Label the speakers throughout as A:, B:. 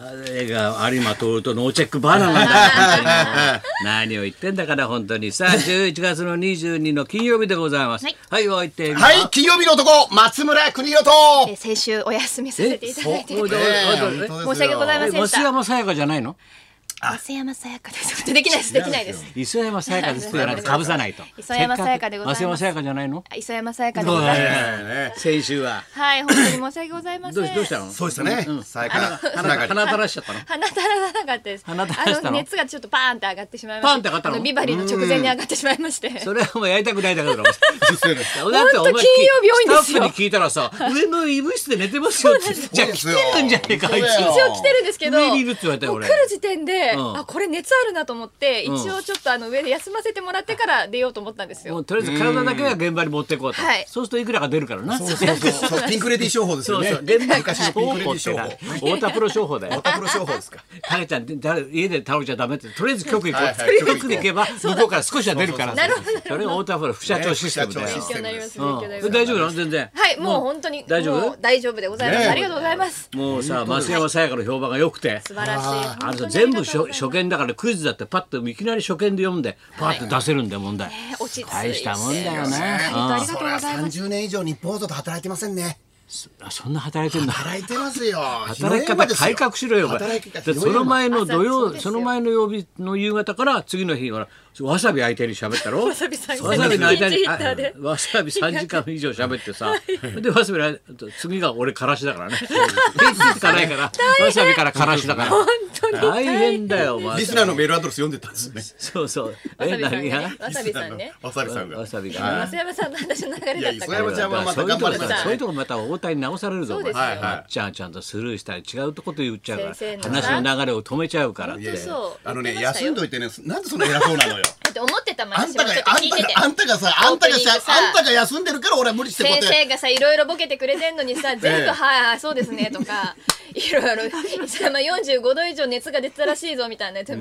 A: 誰が有馬徹とノーチェックバーナーなんだ 何を言ってんだから本当にさあ11月 の22の金曜日でございます
B: はい
A: はいおいてみ
C: はい、金曜日の男、松村邦洋と。
B: えー先週お休みさせていただいて
A: えそ
B: 申
A: うどう
B: し
A: どう
C: ねえ本当です
B: 訳ございま
A: え
B: せんで
A: 増
B: した
A: 山さやかじゃないの
B: 増山さやかですできないですできないです
A: 磯山さやかですって言わないとかぶさないと
B: 磯山さやかでございます
A: せっかく増山さやかじゃないの
B: あ磯山さやかでございます
C: ね
A: 先週は
B: はい本当に申し訳ございませ
A: ど
B: ん
A: うしどうしたの
C: そうでしたね。最下
A: 鼻
C: 花が
A: 鼻垂らしちゃったの
B: 鼻垂らさなかったです
A: 鼻垂らしたの
B: あの熱がちょっとパーンって上がってしまいまして
A: パーンって上がったの
B: あビバリーの直前に上がってしまいまして
A: それはもうやりたくないだからだろだって
B: ほんと金曜日多いんですよ
A: スタッフに聞いたらさ上の医務室で寝てますよってじゃあ来てるんじゃねえかあいつ
C: そうだよ
B: 一応来てるんですけど
A: 上にいるって言われたよ
B: もう
A: 俺
B: 来る時点で、
A: うん
B: あこれ熱あるなと思って一
A: ん
B: 応ちょっとあの上で休ませてもらってから出ようと思ったんですよ、
A: もうとりあえず体だけは現場に持っていこうと、
B: はい
A: そうするといくらか出るからな
C: そうそうそうそう。ピンクレディー商法です
A: そ
C: よ
A: う
C: ね
A: そう。現場
C: 昔のピンクレディー商法。
A: 太田プロ商法だよ
C: オタクロ商法ですか。
A: タレちゃん誰家で倒れちゃダメってとりあえず局行こう、
C: はいはい
A: 局に行けば向こうから少しは出るから
B: なるほど
A: それが太田プロ副社長システムだよ、
C: ね
B: 勉強になります
A: う
B: 勉強になります、
A: ん、大丈夫なの全然
B: はいもう本当に
A: 大丈夫
B: もう大丈夫でございます、
C: ねえ
B: ありがとうございます
A: もうさ増山さやかの評判が良くて
B: 素晴らしい
A: あ
B: 本当
A: の
B: に
A: 全
B: あ
A: 部
B: りが
A: 初
B: とうございます
A: 初見だからクイズだってパッといきなり初見で読んでパッと出せるんだよ問題、
B: えー落ち着いて
A: 大したもんだよ
B: 本
A: ね
B: 当ありがとうございます
C: 三十年以上日本放送で働いてませんね。
A: あそんな働いてんだ
C: 働いてますよ。
A: 働き方改革しろよお前
C: 働き方
A: でその前の土
B: 朝そう
A: 曜
B: です
A: そ
B: よ
A: の前の曜日の夕方から次の日はわさび相手に喋ったろわ
B: さびさん
A: わさびの間に
B: 一日一
A: あ
B: 杯で
A: わさび3時間以上喋ってさでわさびの間次が俺からしだ からね一日しかないからわさびからからしだから本当に大変だよお前
C: リスナーのメールアドレス読んでたんですね。
A: そうそう
B: わさびさん
A: 何
B: ね
A: が
B: わさびさんね
C: わさびさんが。
A: わさびが
C: はい
B: 増山さんの話の流れだった
C: いや磯山
B: から
C: ちゃんはまた
A: そういうとこ
C: 頑張ります
A: そういうとこまた応対に直されるぞお前
B: そうですよ
C: はいはい
A: ちゃんちゃんとスルーしたり違うとこと言っちゃうから
B: 先生のな
A: 話の流れを止めちゃうからっ
B: 本
A: て
B: 当そう
C: あのね、
B: 言ってましたよ
C: 休んどいてね、なんでそんな偉そうなのよ。
B: だって思ってたもん
C: あん
B: 私
C: た
B: も
C: が
B: ちょっ、と
C: あ
B: 聞
C: ん
B: い
C: た
B: て
C: が
B: て、
C: あんたがさ、あんたが
B: オープニン
C: さ、
B: グさ
C: あんたが休んでるから俺は無理してこうや
B: 先
C: って。
B: 生がさいろいろボケてくれてんのにさ全部「はいはいそうですね」とかいろいろ「まあ45度以上熱が出てたらしいぞ」みたいなやつ、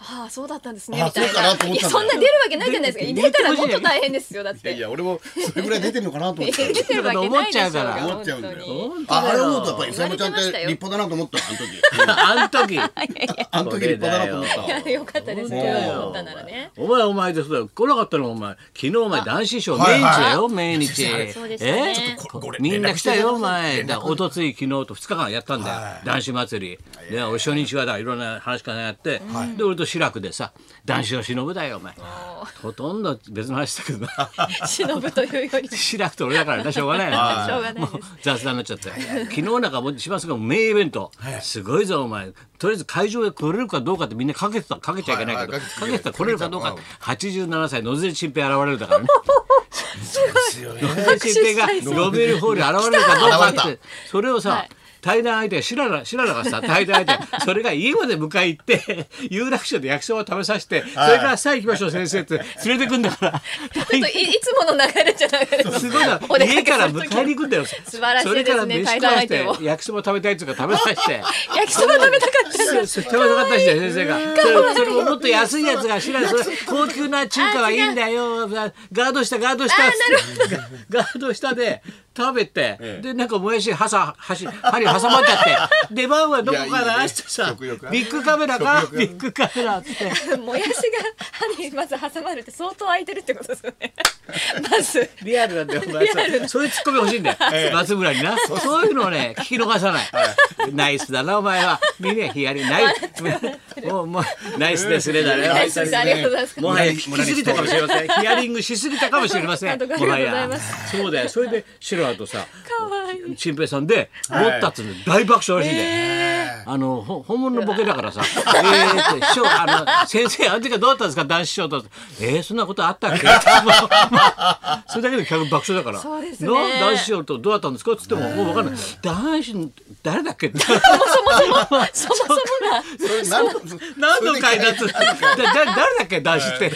B: ああそうだったんですね
C: あ
B: みたい
C: そうか
B: な
C: なと思
B: い
C: ったんだよ
B: やそんな出るわけないじゃないですか
A: 出
B: 出たら
A: 出てほ
B: もっ
A: しいよ
B: と大変ですよだっ
C: いやい
B: て
C: や、俺もそれぐらい出てるのかなと思って。
B: 出てるわけないでしょうが
C: 思っちゃうんだよ
B: 本当に。
C: ああれ思うとやっぱり磯
B: 言
C: 山
B: われ
C: ちゃ
B: て
C: んっ
B: ました
C: て
B: よ
C: 立派だなと思ったあの時。
A: あん 時
C: あの時立派だなと思っ
B: いやよかったで
C: 本
B: す
C: 当
B: ね
C: だよ
B: 思ったならね
A: お前お前ですよ来なかったのお前昨日お前男子賞命
C: はい
A: 日だよ
C: は
A: 命日
B: そうでしたね
C: ここれ
A: みんな来たよお
C: 連
A: 前
C: 絡
A: だおとつい昨日と2日間やったんだよ、男子祭りでお初日はだいろんな話からやって、で俺と志らくでさ男子を忍ぶだよお前ほとんど別の話だけどな
B: 忍ぶというよりし
A: 志らくと俺だからねしょうがないな
B: ょうがないです
A: 雑談になっちゃって昨日なんかもう島津君名イベント、すごいぞお前とりあえず会場へ来れるかどうかってみんなかけてたかけちゃいけないけど、
C: はいはい
A: かけてた来れるかどうかって87歳野添新平現れるだからね野添新平がロベルホールに現れるかどうか
C: 現
A: ってそれをさ、
B: はい
A: 対談相手シララシララがさ対談相手それが家まで迎え行って有楽町で焼きそば食べさせてそれからさあ行きましょう先生って連れてくんだから
B: ちょっといいつもの流れじゃないです
A: すごいな
B: お出かけ
A: 家から
B: する時
A: 迎えに行くんだよ素
B: 晴らしいですね
A: それから飯
B: 対
A: 食
B: 談
A: わ
B: 相
A: し
B: 手
A: て焼きそば食べたいとか食べさ せて
B: 焼きそば食べたかったんだ
A: それ食べたかったしね先生がそれそれをもっと安いやつが知らないそれ高級な中華はいいんだよガードしたガードしたガードしたで食べて
C: ええ
A: でなんかもやしはさ箸針挟まっちゃって出番はどこか
C: いやいい
A: な
C: ね
A: ってさ
C: 食欲ある
A: ビッグカメラか
C: 食欲あ
A: ビ
C: る
A: ッグカメラって
B: もやしが歯にまず挟まるって相当空いてるってことですよねまず
A: リアルなんだよ、お前
B: リアル
A: そう。そういうツッコミ欲しいん だよ、松村にな。そういうのをね、聞き逃さない。ナイスだな、お前は。みんなヒアリ、ナイス。もう、もう、ナイスですね、だね。
B: ナイスですありがとうございます
A: もはや聞きすぎたかもしれません。ヒアリングしすぎたかもしれま せん。
B: なんとか
A: もは
B: あ
A: や
B: りがとうございま。
A: そうだよ。それで、シロアとさ、
B: かわいい
A: チンペイさんで、持ったっつうの大爆笑らしいんだよ。あのほ本物のボケだからさ「えーって師匠あの先生あの時はどうだったんですか男子師匠と」えー、そんなことあ ったっけ?」もうまあそれだけで客爆笑だから
B: そうですね
A: な男子師匠とどうだったんですか?」っつってももう分かんない「男子誰だっ け?」って
B: そもそもが
C: それ何
A: 何の会 だっつって「だだ誰だっけ男子って」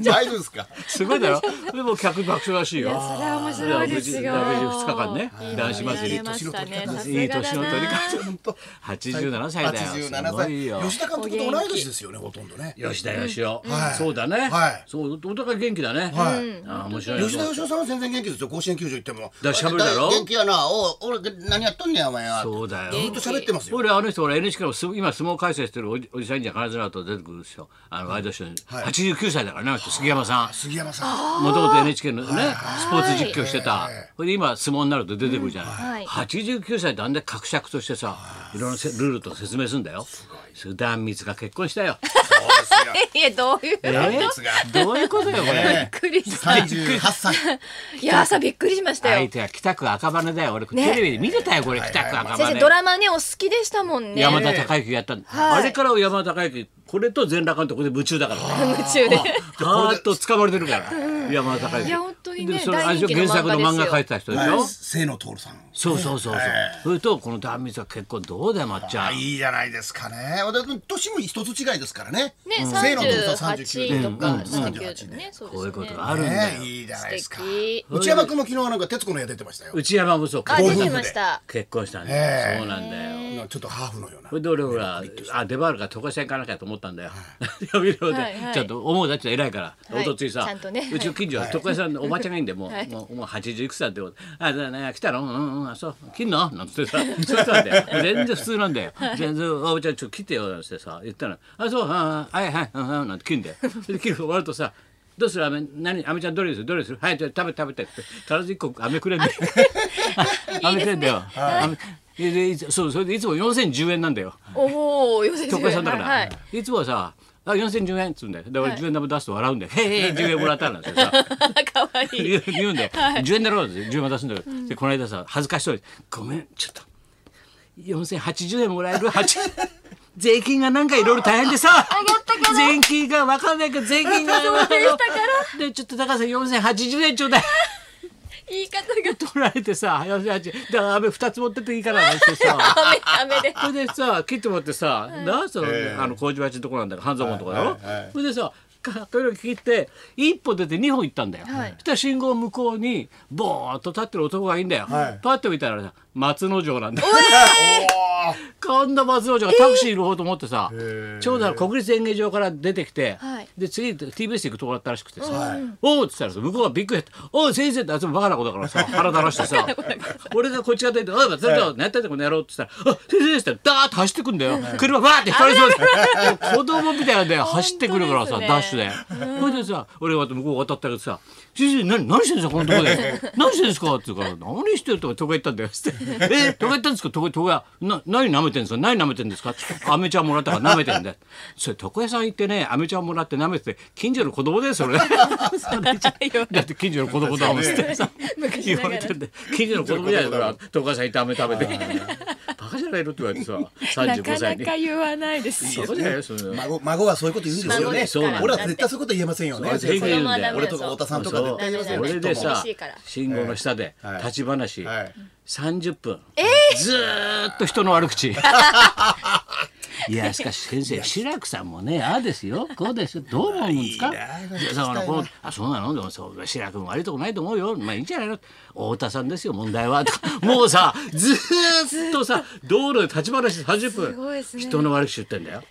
C: 大丈夫 ですか
A: すごい だろでも客爆笑らしいよ。
B: それは面白いですよ
A: 無事無事二日間ね男子祭り
B: いいのやれましたね
A: いい年の取り
B: さすがだな
A: 方。八十87歳だよ
C: 87
A: すごいよ
C: 歳吉田監督と同い年ですよねほとんどね
A: 吉田よしお、
C: はい
A: そうだね、
C: はい
A: そうお互い元気だね、
C: はい
A: ああ面白い
C: 吉田義雄さんは全然元気ですよ甲子園球場行っても
A: だから喋るだろ
C: 元気やなおう俺何やっとんねやお前は
A: そうだよ
C: ずっと喋ってますよ
A: 俺あの人俺 NHK のす今相撲解説してるおじおじさんには必ずあと出てくるでしょあのワイドショーに、
C: はい
A: 89歳だからねあの人杉山さん
C: 杉山さん
A: もともと NHK のね、スポーツ実況してた
C: はいはい。
A: これで今相撲になると出てくるじゃ
B: は
A: ない。
B: い
A: 89歳であんで格尺としてさ、いろんなせルールと説明するんだよ。それ壇蜜が結婚したよ。
C: そうで
B: いやどういう
A: え
C: 壇
A: ー
C: 蜜が
A: どういうこと よこれ。
B: びっくりし
C: すよ
B: たい
C: 38歳
B: や朝びっくりしました
A: 相
B: よ
A: 手は北区赤羽だよ。俺テ
B: ね
A: レビで見てたよこれ北区赤
B: 先生ド
A: 羽。
B: ラマねお好きでしたもんね
A: 山田孝之やったんだ。
B: はい
A: あれから山田孝之これと全裸監督で夢中だから。
B: 夢中 で
A: ガーッと掴まれてるから。山田孝之。
B: いや本当にね
A: でそれあれ
B: 大人
A: で
B: 気
A: し
B: の
A: ょ
B: 漫
A: 原
B: 画
A: 作の漫画描いてた人でしょ。
C: 清野徹さん
A: そうそうそうそう。それとこの断蜜は結構どうだよまっちゃ
C: あ
A: ん。
C: いいじゃないですかね私年も一つ違いですからね
B: ね
C: 清野徹さん
B: 38
C: 39
B: とか
C: うん
B: 39ねそうですね
A: こういうことがあるんだ
C: ね
A: よ。
C: いいじゃないですか
B: 素敵
C: 内山君も昨日なんか徹子の部屋出てましたよ
A: 内山もそう
B: あ
A: 結
B: 出
A: 婚
B: てました
A: 結婚したんだ
C: ね
A: よ。
C: え
A: そうなんだよ。
C: ちょっとハーフのような
A: それで俺ほらあ出番あるから都会線行かなきゃと思ったんだよ。 呼び料で
B: はいはい
A: ちょっと思うだって偉いから
B: は
A: お
B: い
A: とついさ
B: ちゃんとね
A: うちの近所は都会さんのおばちゃんがいいんでもうもうもう八十いくつだってあだね来たのうんうんあそう切んのなんつって さそうしたんだよ全然普通なんだよ全然おばちゃんちょっと切ってよなんつってさ言ったらあそうああはいはいうんうんなんて切るんだよ。それで切る終わるとさ。どうする飴何飴ちゃんどれにするどれにするはいじゃあ食べて食べてって必ず一個飴くれんだ よ飴くれんだよ飴でいつそうそれでいつも4010円なんだよ
B: おお40
A: 東海さんだから、
B: はい い
A: つもはさ「あ4010円」っつうんだよだから10円玉出すと笑うんだよ「へえへえ10円もらった」なんてさ
B: 可愛 い
A: 言う言うんだよ「10円だろ」って10円も出すんだけど、でこの間さ恥ずかしそうに「ごめんちょっと4080円もらえる 8税金がなんかいろいろ大変でさ税金が分かんないけど税金が
B: そうでしたか
A: でちょっと高橋さん4080円ちょうだい」
B: 言い方が
A: 取られてさ「4080だから飴2つ持ってっていいから」なんてさ。
B: 雨雨で
A: それでさ切ってもらってさ、なその、あの麹鉢のとこなんだから半蔵門のとこだろ、
C: はいはい
A: それでさかっこよく切って一歩出て二歩行ったんだよ、
B: はい
A: そしたら信号向こうにボーっと立ってる男がいいんだよ、
C: はい
A: パッと見たらさ松之丞なんだよ
C: おー
A: こんな松之丞がタクシーいる方と思ってさ、
C: ー
A: ちょうどあの国立演芸場から出てきて、
B: はい
A: で次 TBS 行くとこだったらしくてさ「
C: はい
A: おう」っつったらさ向こうがびっくりして「おう先生」ってあいつもバカな子だからさ腹だらして さ俺がこっち側で「おい松之丞何やってんだこの野郎」っつったら「あ先生」っつったらダーッと走ってくんだよ、車バーって引かれそうで子供みたいなんだよ走ってくるからさ、
B: 本当ですね
A: ダッシュで、それでさ俺が向こう渡ったけどさ「先生何何してるんですかこのとこ で何してるんですか?」って言うから「何してる?」とか東海行ったんだよつって「え東海行ったんですか東海東海な何舐めてんですか何舐めてんですか?」って「アメちゃんもらったから舐めてんだよ」それ床屋さん行ってねアメちゃんもらって舐めてて近所の子供だよそれそれじゃだって近所の子供だもんっつってさ
B: 昔
A: 言
B: な
A: わ
B: が
A: れ
B: ら
A: てんで近所の子供じゃないから東海さん行ってアメ食べて「バカじゃないの?」って言われてさ
B: な
A: 35
B: かな
A: 歳に。
B: か言わないです
A: バ
B: よ
A: カじゃないよそれ
C: 孫孫はそういうこと言うんですよ
B: 孫で
C: ね
B: すから。
C: 俺は絶対そういうこと言えませんよね。
A: そう全然言うんだよ
C: 俺とか太田さんとか絶対言えませんよ。
A: 俺でさ
B: 厳しいから
A: 信号の下で
C: はい
A: 立ち話
C: はい
A: 30分ずーっと人の悪 口いやしかし先生志らくさんもねああですよこうです よどう思うんですか
C: いやいいない
A: やだからこうあそうなのでもそう志らくも悪いとこないと思うよまあいいんじゃないの太田さんですよ問題 はもうさずーっとさ道路で立ち話30
B: すごい
A: 分
B: ですね
A: 人の悪口言ってんだよ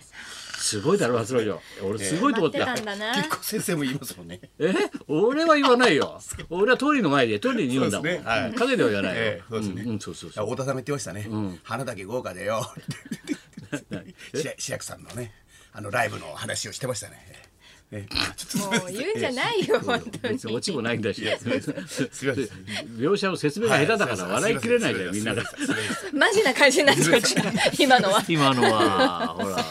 A: すごいだろ松之丞俺すごいと
B: 待
A: 思
B: っ
A: ってた
B: たんだな
C: 結構先生も言いますもんね。
A: え俺は言わない よ俺はトイレの前でトイレに言うんだもん、
C: そうですねはい
A: 影では言わないよ、
C: ええそうですね
A: んんそうそう そう
C: 太田さんも言ってましたね。花だけ豪華でよ。 し志らくさんのね、あのライブの話をしてましたね。えちょっと
B: もう言うんじゃないよ本当に
A: 別にオチもないんだし
C: すみません。
A: 描写の説明が下手だから笑いきれないじゃんみんなが
B: マジな感じになっちゃった今のは
A: 今のはほら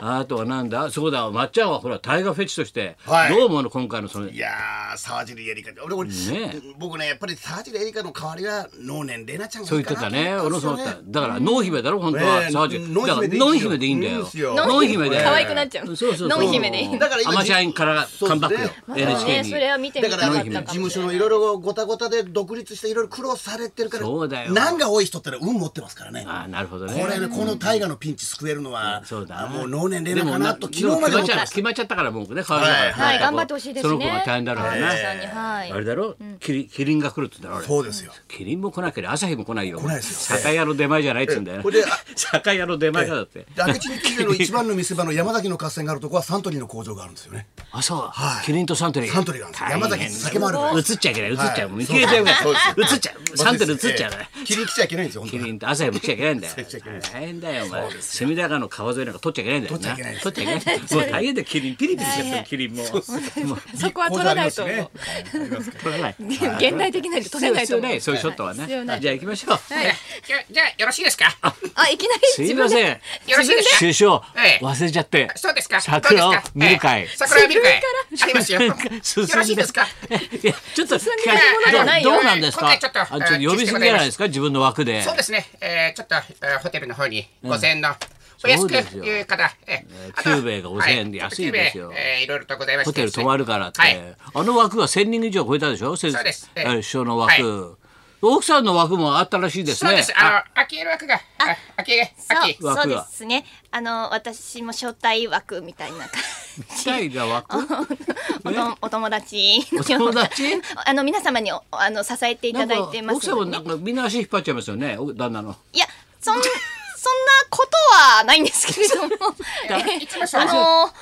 A: あとはなんだそうだまっちゃんはほらタイガーフェチとして、
C: はい
A: どう思うの今回のその
C: いやー、沢尻エリカって、俺、俺、
A: ね
C: 僕ね、やっぱり沢尻エリカの代わりは、能年玲奈ちゃんが
A: そう
C: い
A: 言
C: い
A: って
C: かな
A: た
C: と思
A: ね。俺もそう
C: っ
A: 思
C: た
A: っ
C: んです
A: た
C: よ。
A: だから濃姫だろ本当は
C: ねえ
A: 沢尻。
C: 濃
A: だから
C: 姫でいいんですよ
A: 濃姫でいいんだ
C: いい
A: よ濃姫
C: んです。よ
A: で。
B: 可愛くなっちゃう
A: そうそうそう。
B: ノン姫で
A: だからアマチュアからカムバックよ。
C: そう
B: まあ
A: NHK
B: ね
A: に。
B: それは見てみ
C: だ
B: た
C: から
B: かった
C: 事
B: かもしれな
C: 務
B: い
C: 所のいろいろごたごたで独立していろいろ苦労されてるから
A: そうだよ
C: 難が多い人ってのは運持ってますからね
A: ああなるほどね。
C: これねこの大河のピンチ救えるのは
A: そうだな
C: あもう能去年連
A: で
C: 絡
A: も
C: か
A: な
C: な
A: でも
C: と
A: 決
C: 昨日まで
A: まっ
C: 思っ
A: ち
C: て
A: ゃ
C: ま
A: 決
C: し
A: まっちゃったからもうね川村
C: はい
A: さん
B: はい頑張ってほしいです
A: そ
B: ね
A: の子が大変だろうからな、
B: さんにはい
A: あれだろ、キリキリンが来るって言ったら俺
C: たそうですよ
A: キリンも来なければ朝日も来ないよ
C: 来ないですよ
A: 酒屋の出前じゃないっつうんだよ、ね
C: これであ
A: 酒屋の出前かだって、
C: で明智に来ての一番の見せ場の山崎の合戦があるとこはサントリーの工場があるんですよね
A: あそう、
C: はい
A: キリンとサントリー
C: サントリーなんですよ
A: 大変
C: 山崎に酒もあるから
A: 映っちゃいけない映っちゃう、
C: はい
A: もう消えちゃうか
C: そうですそうで
A: ら映
C: す
A: っ ちゃうサントリー映っちゃうから、
C: ええ切り来ちゃいけないんですよ本当
A: キ
C: に
A: リンと朝日も来ちゃいけないんだよ
C: 来ちゃいけない
A: 大変だよお前隅田川の川沿いなんか取っちゃいけないんだよ
C: 取っちゃいけないです
A: 取っちゃいけないもう大変だよキリンピリピリしちゃってるキリンももう
B: そこは取らないと
C: 工場あ
B: 思
C: り
B: う
C: ますねはいありますから
A: 取らない
B: 現代的なんで取れない
A: 必
B: と
A: 要
B: 思う
A: ないそういうショットはね
B: 必要ない
A: じゃあ行きましょう
B: はい
D: じゃじゃあよろしいですか
B: あいきなり
A: すいません
B: で
D: よろしいですか
A: 首相
D: ええ
A: 忘れちゃって
D: そうですか
A: 桜を
D: どうですか
A: 見る会
D: ええ桜を見る会ありますよよ
A: 進んで
D: ろしいですか
A: いやちょっと聞か
B: でるものじゃないよ
A: どうなんですか
D: 今
A: あ
D: 回ちょっと
A: ちょっと呼びすぎじゃないですか自分の枠で
D: そうですね、えー、ちょっと、えー、ホテルの方に5000円のお安く
A: そうですよ
D: いう方、え
A: えー
D: ーあと
A: キューベが5000円で
D: は
A: 安いですよ
D: キューベえーいろいろとございまして
A: ホテル泊まるからって、
D: はい、
A: あの枠が1,000人以上超えたでしょ先
D: そうですええ
A: あれ首相の枠、奥さんの枠もあったらしいですね
D: そうですあの秋色枠があ秋秋
A: 枠
E: そう
A: は
E: そうですねあの私も招待枠みたいな感
A: 期待が枠
E: じおとお友達のよ
A: お友
E: うな
A: 達
E: あの皆様におあの支えていただいて
A: な
E: ま
A: んか奥
E: す
A: さん
E: の
A: も
E: で
A: なんかみんな足引っ張っちゃいますよねお旦那の
E: いやそんそんなことはないんですけれ ども
D: いつもそう
E: あの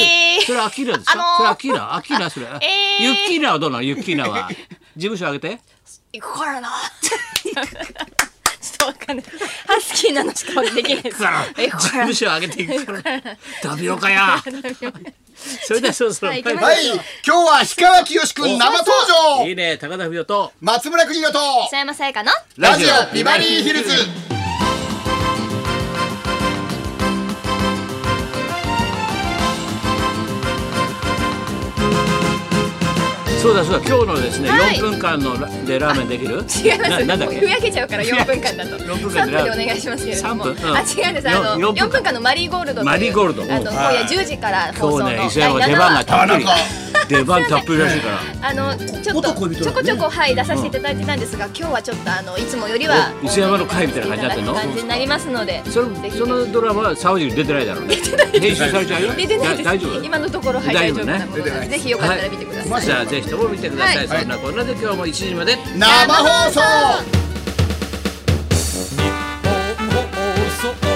E: え
A: それ
E: ー、
A: アキラですか、
E: あのー
A: それアキラアキラそれ、
E: えー
A: ユッキーナはどうなのユッキーナ は事務所上げて
E: 行くからな ちょっとわかんないハスキーなのしかできないですえこ
A: 事
E: ら
A: 務所上げていくからタピオカやそれではそろそろ
E: はい
A: バイバイ
E: 行きま
C: はい今日は氷川きよし君生登
A: いい
C: 場
A: ね高田文夫と
C: 松村邦洋と
E: 磯山さやかの
C: ラジオビバリーヒルズ
A: そうだそうだ今日のですね、四
B: はい
A: 4分間のラでラーメンできる
B: 違います
A: ななんだっ
B: ふや
A: け
B: けちゃうから4分間だと
A: 4
B: 3
A: 分
B: 分
A: 間で
B: でお願いしますけれど
A: 3
B: も
A: 分うん
B: あ違うんですあ
A: よ
B: の
A: ん4
B: 4
A: 分
B: 分間のマリーゴールドという
A: マリーゴールド
B: あの今夜10時から放
A: 今日
B: 送の
A: ね
B: 第
A: 磯山出番
B: 7
A: が
B: 話
A: たっ ぷり
C: あ
A: 出番たっぷりらしいから
B: あのちょっ
C: 元
B: と
C: 恋人
B: ち
C: だ
B: ょ
C: ね
B: こちょこはい出させていただいてたんですが、今日はちょっとあのいつもよりは
A: お磯山の会みたいな感じになってんの
B: 感じになりますので
A: そ
B: ぜ
A: れ
B: ひ
A: そのドラマは沢尻出てないだろうね編集されちゃうよ
B: 出てないです
A: だ大丈夫
B: 今のところは
A: 大
B: い
A: 丈
B: 大丈
A: 夫
B: 夫
A: ね
B: なものなのでぜひよかったら見てください、
A: じゃあぜひとも見てください、
B: はい
A: そんなこんなで今日も1時まで
C: 生放送
F: 放送